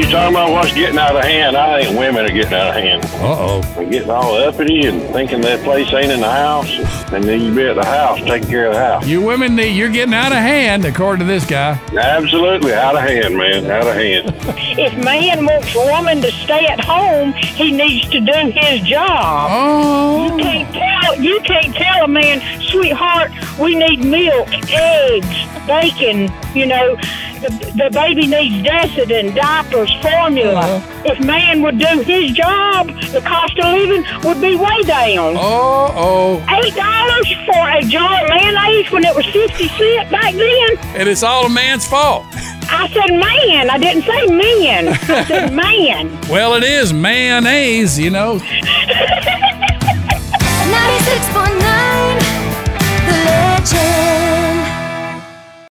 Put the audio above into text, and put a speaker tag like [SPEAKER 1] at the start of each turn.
[SPEAKER 1] Everyone's getting out of hand. I think women are getting out of hand.
[SPEAKER 2] Uh oh.
[SPEAKER 1] They're getting all uppity and thinking their place ain't in the house. And then you be at the house taking care of the house.
[SPEAKER 2] You women need, you're getting out of hand, according to this guy.
[SPEAKER 1] Absolutely out of hand, man. Out of hand.
[SPEAKER 3] If man wants a woman to stay at home, he needs to do his job. You
[SPEAKER 2] Oh.
[SPEAKER 3] can't tell you can't tell a man, sweetheart, we need milk, eggs, bacon. You know, the, the baby needs Decadent, diapers, formula. If man would do his job, the cost of living would be way down.
[SPEAKER 2] Oh, oh.
[SPEAKER 3] Eight dollars for a jar of mayonnaise when it was fifty cent back then.
[SPEAKER 2] And it's all a man's fault.
[SPEAKER 3] I said man, I didn't say men. I said man.
[SPEAKER 2] Well, it is mayonnaise, you know.
[SPEAKER 4] 96.9 The Legend.